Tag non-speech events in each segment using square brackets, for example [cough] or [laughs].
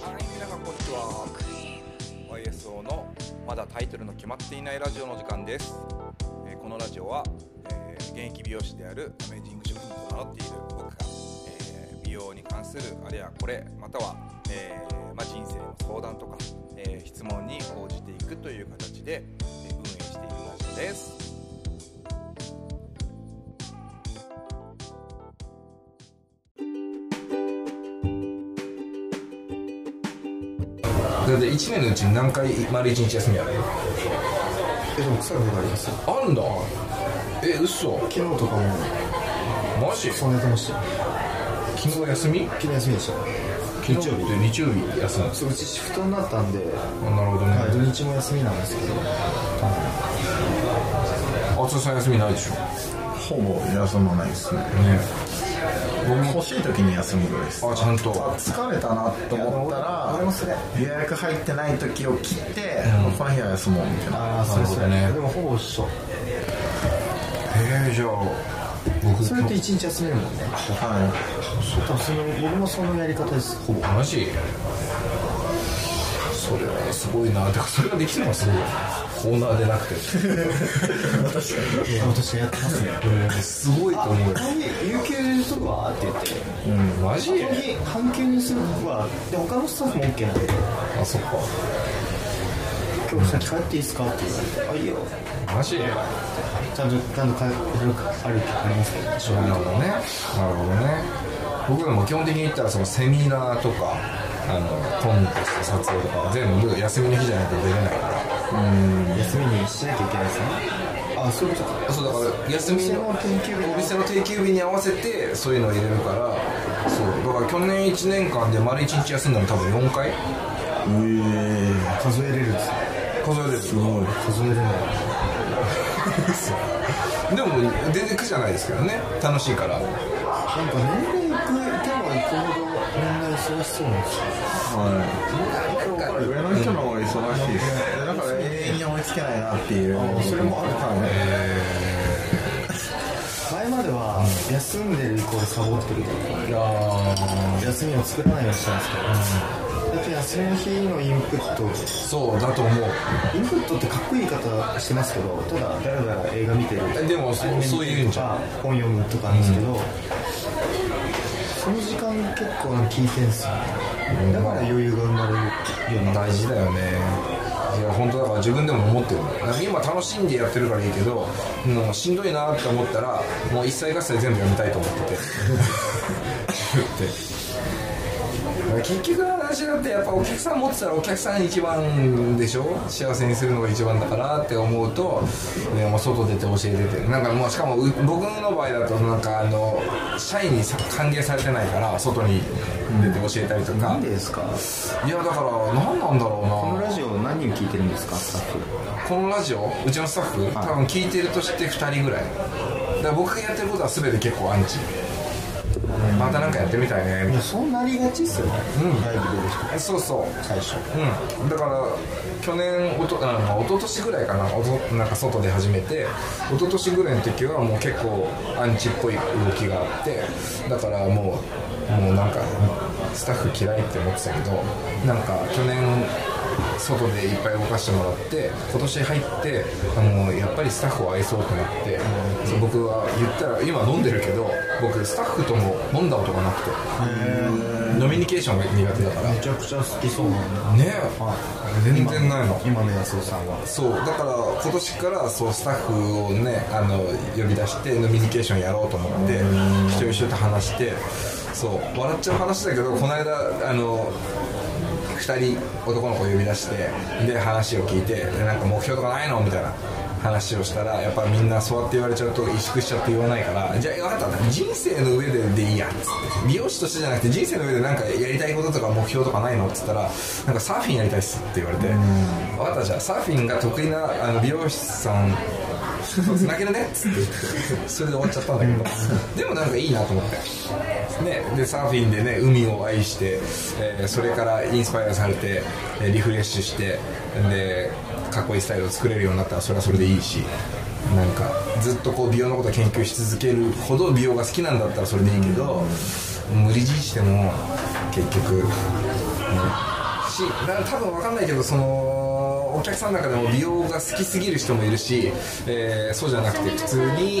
こんにちは YSO のまだタイトルの決まっていないラジオの時間です、えーこのラジオは、えー現役美容師であるアメージング食品と名乗っている僕が、えー美容に関するあれやこれまたは、えーまあ、人生の相談とか、えー質問に応じていくという形で、えー運営しているラジオですだって1年のうちに何回丸1日休みやるえでも臭い方がありますよあんだえ嘘昨日とかもマジそう寝てましたよ昨日休み昨日休みでした日曜日日曜日休むんですそううちシフトになったんで、あなるほどね、はい、土日も休みなんですけどあつさん休みないでしょねほぼ休まないですね僕も欲しい時に休みぐらいですあちゃんとあ疲れたなと思ったら俺もそれ予約入ってない時を切って、この日は休もうみたいなああそれそれ、なるほどねでもほぼ一緒えー、じゃあ僕それって一日休めるもんねは多分その僕もそのやり方ですほぼマジそれはすごいなてかそれができるのはすごいコーナーでなくて [laughs] 私やってますねうんすごいと思うよ有給とかはって言ってうんマジその日半休にするのはで他のスタッフも OK なんであそっか今日先帰っていいですかって言われてあいいよマジなるちゃんとちゃんと帰るあるありますけどほどねなるほどね僕らも基本的に言ったらそのセミナーとかあのトンとした撮影とか全部休みの日じゃないと出れないから休みにしなきゃいけないですねあそういうことかそうだから休みのの定休日お店の定休日に合わせてそういうのを入れるからそうだから去年1年間で丸1日休んだの多分4回い数えれるんですね数えれるすごい数えれ [laughs] ないでも全然苦じゃないですけどね楽しいからなんか年齢いくいけばいくほどみんな忙しそうなんですよえー、上の人の方が忙しいですだから永遠に追いつけないなっていうそれもあるかもね、前までは休んでるイコールサボってるといやーか休みを作らないようにしたんですけどだって休みの日のインプットそうだと思うインプットってかっこいい言い方してますけどただだらだら映画見てるえでもそうアニメ見てるそういうんじゃんとか本読むとかなんですけど、その時間結構効いてんすよねだから余裕が生まれるようにな大事だよねいや本当だから自分でも思ってるなんか今楽しんでやってるからいいけどもうしんどいなって思ったらもう一切合切全部やめたいと思って [laughs] てって結局の話だってやっぱお客さん持ってたらお客さん一番でしょ幸せにするのが一番だからって思うと、ね、もう外出て教えててなんかもうしかもう僕の場合だとなんかあの社員にさ歓迎されてないから外に出て教えたりとか、なんでですかいやだから何なんだろうなこのラジオ何人聞いてるんですかスタッフこのラジオうちのスタッフ、多分聞いてるとして2人ぐらいだから僕がやってることは全て結構アンチまたなんかやってみたいねみいたいやそうなりがちっすよね、ライブ出る人なそうそう最初うんだから去年おとあの一昨年ぐらいかなおとなんか外で始めて一昨年ぐらいの時はもう結構アンチっぽい動きがあってだからもうもうなんかスタッフ嫌いって思ってたけどなんか去年外でいっぱい動かしてもらって今年入ってあのやっぱりスタッフを愛そうとなって、そう僕は言ったら今飲んでるけど僕スタッフとも飲んだことがなくて飲みニケーションが苦手だからめちゃくちゃ好きそうなんねだはい全然ないの今の安尾さんはそうだから今年からそうスタッフをねあの呼び出して飲みニケーションやろうと思って一人一人と話してそう笑っちゃう話だけどこの間あの2人男の子呼び出してで話を聞いてでなんか目標とかないのみたいな話をしたらやっぱみんなそうやって言われちゃうと萎縮しちゃって言わないからじゃあ分かった人生の上ででいいやっつって美容師としてじゃなくて人生の上でなんかやりたいこととか目標とかないのっつったらなんかサーフィンやりたいっすって言われて分かったじゃあサーフィンが得意なあの美容師さんつなげるねっつって言ってそれで終わっちゃったんだけどでもなんかいいなと思って、ね、でサーフィンでね海を愛して、えーそれからインスパイアされてえーリフレッシュしてでかっこいいスタイルを作れるようになったらそれはそれでいいしなんかずっとこう美容のことを研究し続けるほど美容が好きなんだったらそれでいいけど無理強いしても結局、ねしな多分分かんないけどそのお客さんの中でも美容が好きすぎる人もいるし、えーそうじゃなくて普通に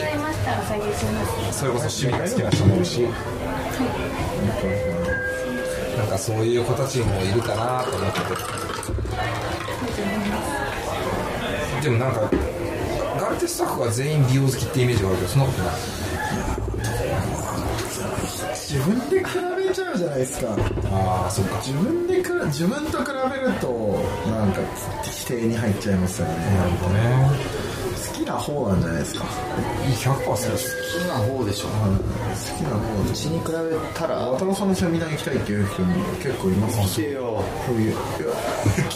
それこそ趣味が好きな人もいるしなんかそういう子たちもいるかなと思っててでもなんかガルテスタッフは全員美容好きってイメージがあるけどそんなことない自分で比べちゃうじゃないですかああそっか自分でくら自分と比べるとなんか否定に入っちゃいますよねなるほどね好きな方なんじゃないですか100%ですきな方でしょ好きな方うちに比べたら渡郎さんのセミナー行きたいっていう人も結構いますしよそういういや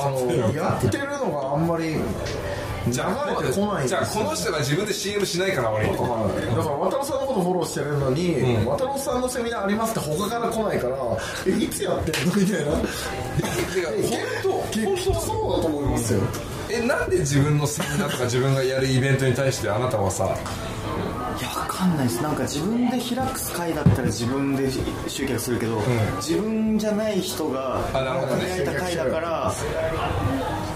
あのやってるのがあんまり流れてこないんですじよゃあこの人が自分で CM しないから俺にはいだから渡郎さんのことフォローしてるのに、うん渡郎さんのセミナーありますって他から来ないからえいつやってんのみたいな本結局そうだと思いますよ当えなんで自分のセミナーとか自分がやるイベントに対してあなたはさいやわかんないですなんか自分で開く会だったら自分で集客するけど、自分じゃない人があなるほどね開いた会だから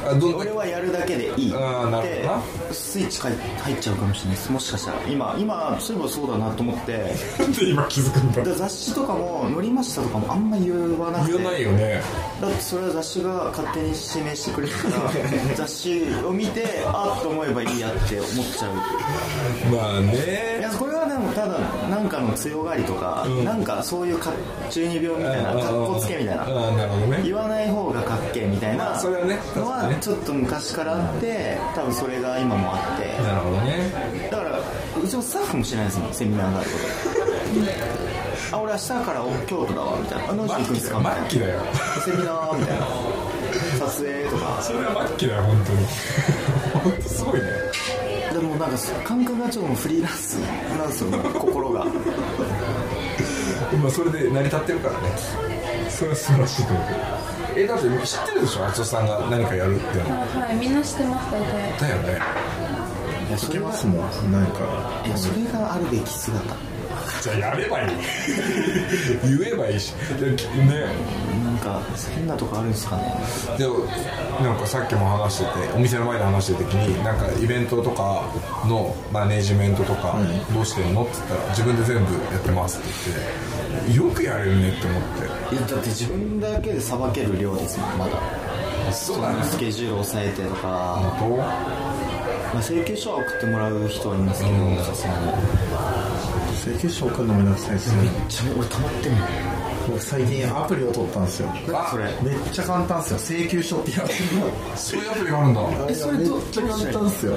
あどん俺だはやるだけでいいっあーなるほどなてスイッチ入入っちゃうかもしれないですもしかしたら今今そういえばそうだなと思って [laughs] けで今気づくんだだから雑誌とかも「乗りました」とかもあんま言わなくて言わないよねだってそれは雑誌が勝手に指名してくれるから [laughs] 雑誌を見てあっと思えばいいやって思っちゃうまあいねやこれはでもただなんかの強がりとか、んなんかそういうか中二病みたいなかっこつけみたいなああなるほどね言わない方がかっけえみたいなまあそれはねの確かにねはちょっと昔からあって多分それが今もあってなるほどねだからうちのスタッフも知らないですもんセミナーがあることあ俺明日から京都だわみたいなあ何しに行くんですかみたいな末期だよセミナーみたいな撮影とかそれは末期だよ本当に本当すごいねでもなんか感覚がちょっともうフリーランスなんですよね心が今それで成り立ってるからねそれは素晴らしいと思うえだって知ってるでしょあつおさんが何かやるってのはい、みんな知ってます大体だよねいやそいれけまがすもんなんかいやそれがあるべき姿じゃあやればいい言えばいいしでねなんか変なとこあるんですかねでなんかさっきも話しててお店の前で話してる時になんかイベントとかのマネージメントとかどうしてんのって言ったら自分で全部やってますって言ってよくやれるねって思っていやだって自分だけでさばける量ですもんまだそスケジュールを抑えてとか、本まあ、請求書は送ってもらう人はいますけどさすがに請求書送るのめんどくさいですねちなみに俺溜まってんの僕最近アプリを取ったんですよ何それめっちゃ簡単っすよ請求書ってやってるの当そういうアプリがあるんだえそれどめっちゃ簡単っすよ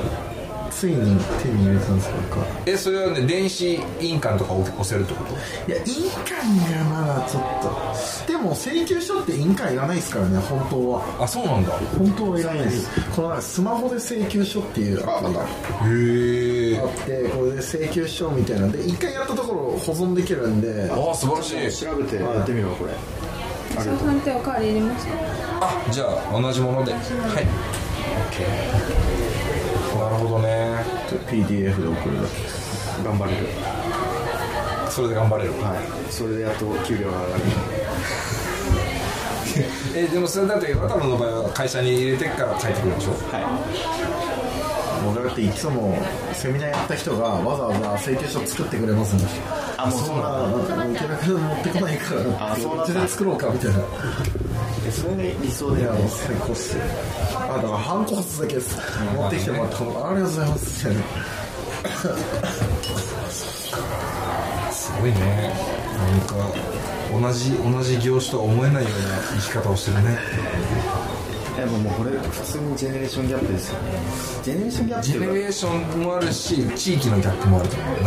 ついに手に入れたんですよ僕はえそれはね電子印鑑とか押せるってこといや印鑑がまだちょっとでも請求書って印鑑いらないですからね本当はあそうなんだへ本当はいらないですこのなんかスマホで請求書っていうアプリえがあってこれで請求書みたいなんで一回やったところ保存できるんでああ素晴らしい調べてやってみろこれ私は判定おかわりいりますかあじゃあ同じものではい OK なるほどね PDF で送るだけ頑張れるそれで頑張れるはいそれでやっと給料が上がる [laughs] えでもそれだって渡野の場合は会社に入れてから帰ってくるでしょはい僕だっていつもセミナーやった人がわざわざ請求書作ってくれますんであもうそうなんだなんだな持ってこないからあそうなんだちで作ろうかみたいなえそれが理想いだやよもうね最高っすよあだからハンコ押すだけです持ってきてもらってありがとうございますみたいなすごいねなんか同じ同じ業種とは思えないような生き方をしてるねやっぱもうこれ普通にジェネレーションギャップですよねジェネレーションギャップっジェてネいうかレーションもあるし地域のギャップもあると思うね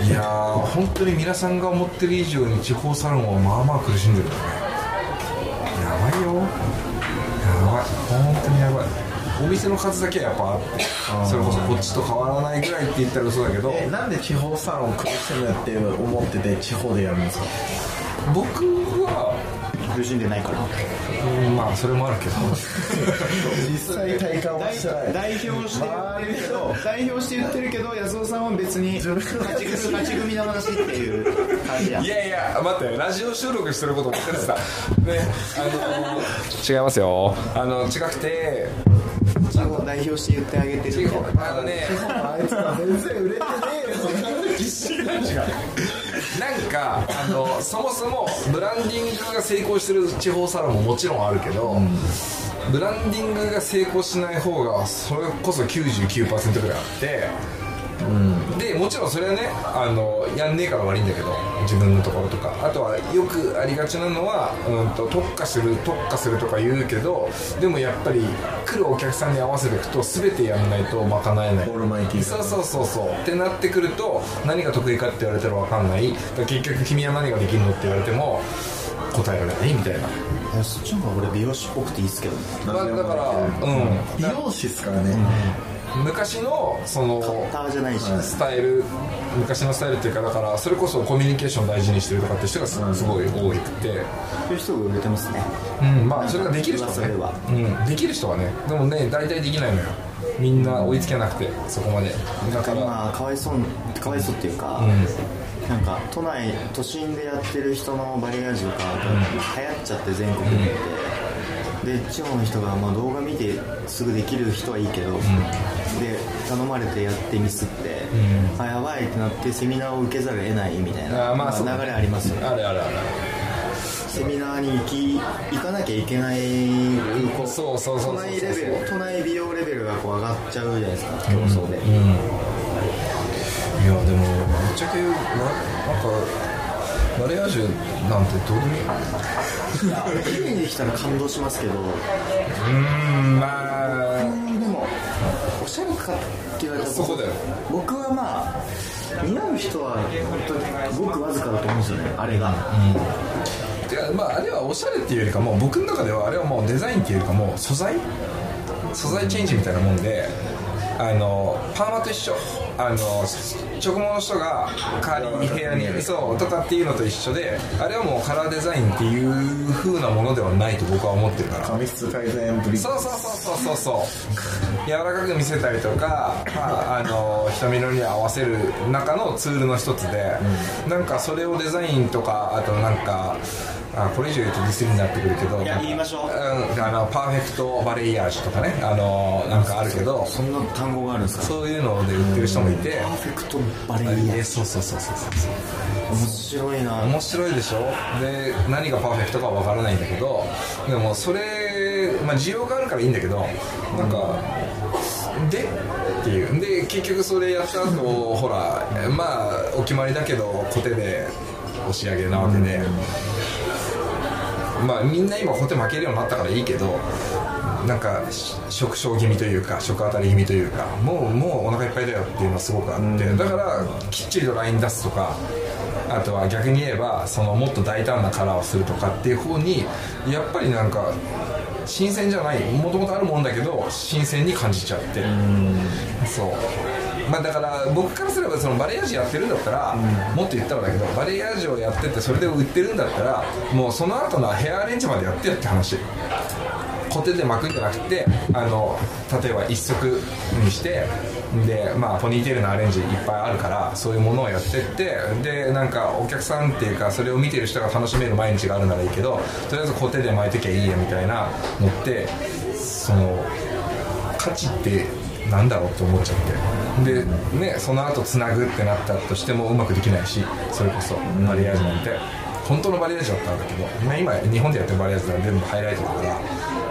うんいやー本当に皆さんが思ってる以上に地方サロンはまあまあ苦しんでるよねやばいよやばい本当にやばいお店の数だけはやっぱあってそれこそこっちと変わらないぐらいって言ったら嘘だけどえなんで地方サロン苦しむって思ってて地方でやるんですか僕は苦しんでないからうんまあそれもあるけど実際体感はしてない代表して言ってるけど代表して言ってるけど安尾さんは別に勝ち組勝ち組の話っていう感じやいやいや待ってラジオ収録してること忘れてたねあの違いますよあの違くて地方代表して言ってあげてるけどあのねあいつら全然売れてねえよなんかあのそもそもブランディングが成功してる地方サロンももちろんあるけど、ブランディングが成功しない方がそれこそ99%ぐらいあって、でもちろんそれはねあのやんねえから悪いんだけど自分のところとかあとはよくありがちなのは、うん、と特化する特化するとか言うけどでもやっぱり来るお客さんに合わせていくと全てやんないと賄えないオールマイティーそうそうそうそうってなってくると何が得意かって言われたら分かんないだから結局君は何ができるのって言われても答えられないみたいな、安尾ちゃんは俺美容師っぽくていいっすけどねまあ、だからう美容師っすからね、ん昔のそのタワじゃないしスタイル昔のスタイルっていうかだからそれこそコミュニケーションを大事にしてるとかって人がすすごい多くて、そういう人が売れてますねうん、まあそれができる人はそれはね、うん、できる人はねでもね大体できないのよみんな追いつけなくてそこまでだなんかから今かわいそうかわいそうっていうか、なんか都内都心でやってる人のバレエアージュが流行っちゃって全国にで、で地方の人がまあ動画見てすぐできる人はいいけど、で頼まれてやってミスって、あやばいってなってセミナーを受けざるを得ないみたいなあーまあそうまあ流れありますよねあるあるあるセミナーに行き行かなきゃいけないこそうそうそうそうそう都内レベル都内美容レベルがこう上がっちゃうじゃないですか競 [laughs] 争で、いやでもぶっちゃけななんかマレアージュなんてどうでもいい綺麗にできたら感動しますけどうんまあでもおしゃれかって言われたらそこだよ僕はまあ似合う人は本当ごくわずかだと思うんですよねあれが、いやまああれはおしゃれっていうよりかもう僕の中ではあれはもうデザインっていうよりかもう素材素材チェンジみたいなもんであのパーマと一緒あの直毛の人が代わりに部屋にそうとかっていうのと一緒であれはもうカラーデザインっていう風なものではないと僕は思ってるから髪質改善ぶりそうそうそうそうそうそう柔らかく見せたりとか、まあ、あの瞳の色に合わせる中のツールの一つで、なんかそれをデザインとかあとなんかあこれ以上言うとディスりになってくるけどいや言いましょうあのパーフェクトバレイヤージュとかねあのなんかあるけどそんな単語があるんですかそういうので売ってる人もいてパーフェクトバレエえそうそうそうそうそう面白いな面白いでしょで何がパーフェクトかは分からないんだけどでもそれ、まあ、需要があるからいいんだけどなんか、でっていうで結局それやった後ほらまあお決まりだけどコテで押し上げなわけで、まあみんな今コテ負けるようになったからいいけどなんかし食傷気味というか食当たり気味というかもうもうお腹いっぱいだよっていうのはすごくあって、だからきっちりとライン出すとかあとは逆に言えばそのもっと大胆なカラーをするとかっていう方にやっぱりなんか新鮮じゃないもともとあるもんだけど新鮮に感じちゃってそうまあだから僕からすればそのバレエアージュやってるんだったら、もっと言ったらだけどバレエアージュをやっててそれで売ってるんだったらもうその後のヘアアレンジまでやってよって話コテで巻くんじゃなくてあの例えば一足にしてで、まあ、ポニーテールのアレンジいっぱいあるからそういうものをやってってでなんかお客さんっていうかそれを見てる人が楽しめる毎日があるならいいけどとりあえずコテで巻いときゃいいやみたいなのってその価値ってなんだろうって思っちゃってでねその後つなぐってなったとしてもうまくできないしそれこそバリアージュなんて本当のバリアージュだったんだけど、まあ、今日本でやってるバリアージュは全部ハイライトだから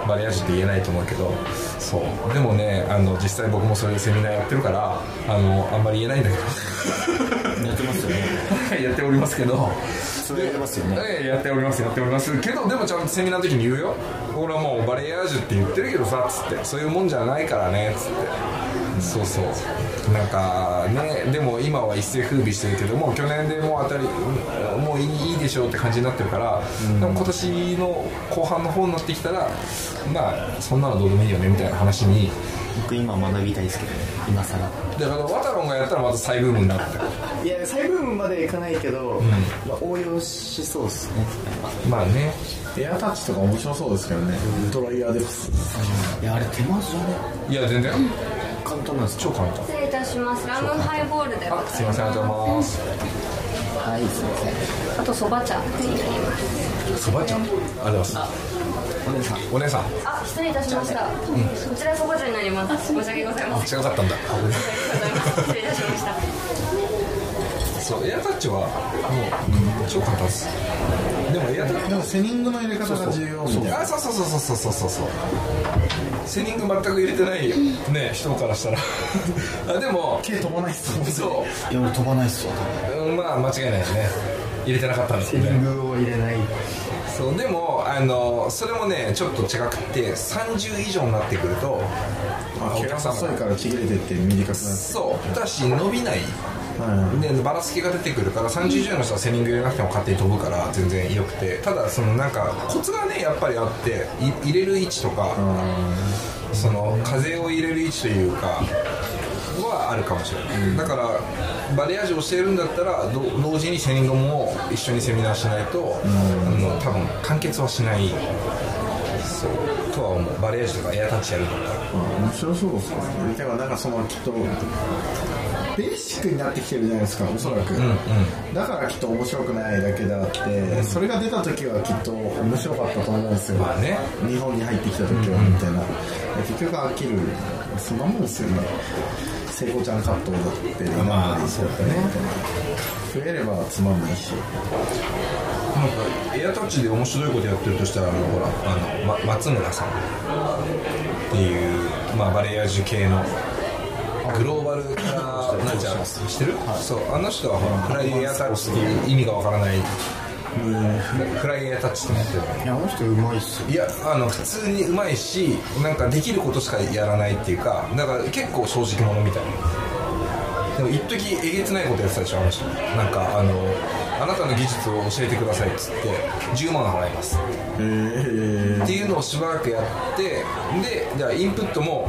バリアージュって言えないと思うけどそうでもねあの実際僕もそれでセミナーやってるからあのあんまり言えないんだけどやってますよねはい [laughs] やっておりますけどそれやってますよねええやっておりますやっておりますけどでもちゃんとセミナーの時に言うよ俺はもうバレエアージュって言ってるけどさつってそういうもんじゃないからねつって、そうそうなんかねでも今は一世風靡してるけどもう去年でもう当たりうんもういいいいでしょうって感じになってるから、でも今年の後半の方になってきたらまあそんなのどうでもいいよねみたいな話に僕今学びたいですけどね今更だからワタロンがやったらまた再ブームになるんだよいや細部分までいかないけど、まあ、応用しそうっすねまあねエアタッチとか面白そうですけどねドライヤーでいやあれ手間じゃねいや全然簡単なんですか超簡単失礼いたします。ラムハイボールで。あすいませんありがとうございますはいすいませんあとそば茶。そばちゃんありがとうございますお姉さんお姉さんあ、失礼いたしました。こちらそば茶になります。申し訳ございません。違かったんだ失礼いたしました。そうエアタッチはもう、超簡単ですでもエアタッチでもセニングの入れ方が重要みたいなあそうそうそうそうそうそうそうセリング全く入れてないね人からしたら [laughs] あでも手飛ばないっすもんそいや俺飛ばないっすわう、うんまあ間違いないですね入れてなかったんですよね具を入れないそうでもあのそれもねちょっと違くて30以上になってくるとあ毛が細いからちぎれてって短くなるそうだし伸びないでばらつきが出てくるから30以上の人はセリング入れなくても勝手に飛ぶから全然良くてただそのなんかコツがねやっぱりあってい入れる位置とかその風を入れる位置というかはあるかもしれない、だからバレアージュをしているんだったらど同時にセリングも一緒にセミナーしないと、あの多分完結はしないそうとは思うバレアージュとかエアタッチやるんだったら面白そうですねでもなんかそのきっとベーシックになってきてるじゃないですかおそらく、だからきっと面白くないだけであって、それが出た時はきっと面白かったと思うんですよ、まあね日本に入ってきた時はみたいな、結局飽きるそんなもんですよね聖子ちゃんカットだってまあそうだね増えればつまんないしなんかエアタッチで面白いことやってるとしたらあのほらあの、ま、松村さんっていう、まあ、バレエアージュ系のグローバルななんちゃら知ってる、そうあの人はほらフライエアタッチっていう意味がわからないフライエアタッチってなってるからいやあの人うまいっすよいやあの普通にうまいしなんかできることしかやらないっていうかだから結構正直者みたいなでも一時えげつないことやってたでしょあの人なんかあのあなたの技術を教えてくださいっつって10万払いますっていうのをしばらくやってでじゃあインプットも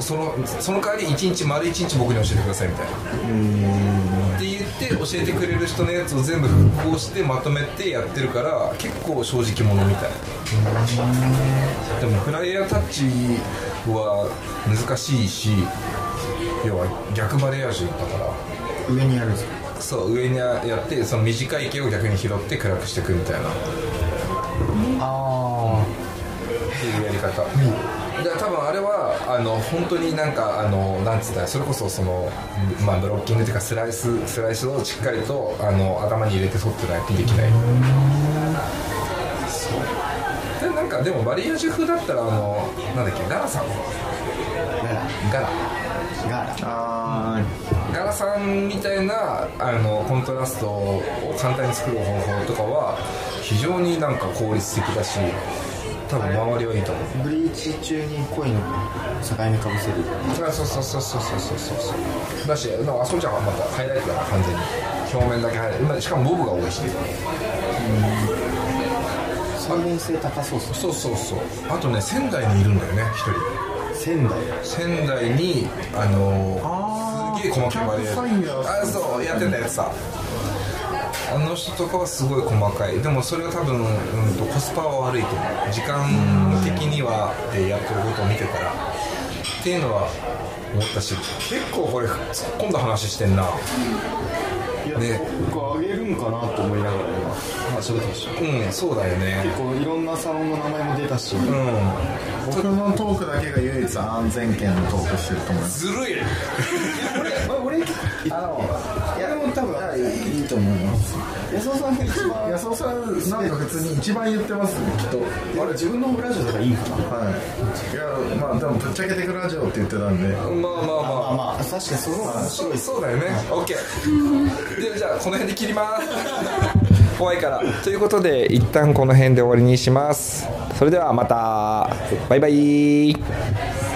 そのその代わり1日丸1日僕に教えてくださいみたいなって言って教えてくれる人のやつを全部復興してまとめてやってるから結構正直者みたいでもフライヤータッチは難しいし要は逆バレアージュだから上にあるんですかそう上にやってその短い毛を逆に拾って暗くしていくみたいなあっていうやり方、だから多分あれはあの本当になんかあのなんつったらそれこそその、まあ、ブロッキングというかスライススライスをしっかりとあの頭に入れて取ってないとできないそうでなんかでもバリアージュ風だったらあのなんだっけガラさんガラあガーラあガラさんみたいなあのコントラストを簡単に作る方法とかは非常になんか効率的だし多分周りはいいと思うブリーチ中に恋の境目かぶせるあそうそうそうそうそうそうそうそうだしなんかあそこちゃんはまたハイライトだから完全に表面だけハイライトまあしかもボブが多いし再現性高そうっすねそうそうそうあとね仙台にいるんだよね一人仙台仙台にあのすげえ細かいバレキャンプファイヤーあそうやってたやつさあの人とかはすごい細かいでもそれは多分、うん、とコスパは悪いと思う時間的にはでやってることを見てたらっていうのは思ったし結構これ突っ込んだ話してんな、いやね僕あげるんかなと思いながら今喋ってましたうんそうだよね結構いろんなサロンの名前も出たし、ういん僕のトークだけが唯一安全圏のトークしてると思いますずるいや俺あのいやでも多分いいと思います安尾さんが一番安尾さんなんか普通に一番言ってますねきっとあれ自分のオムラジオだからいいんかなはいいやまあでもぶっちゃけてくラジオって言ってたんでまあまあままあまあ確かにその方があ面白いそっうすそうだよね OK ではじゃあこの辺で切ります [laughs] 怖いからということで一旦この辺で終わりにしますそれではまたバイバイ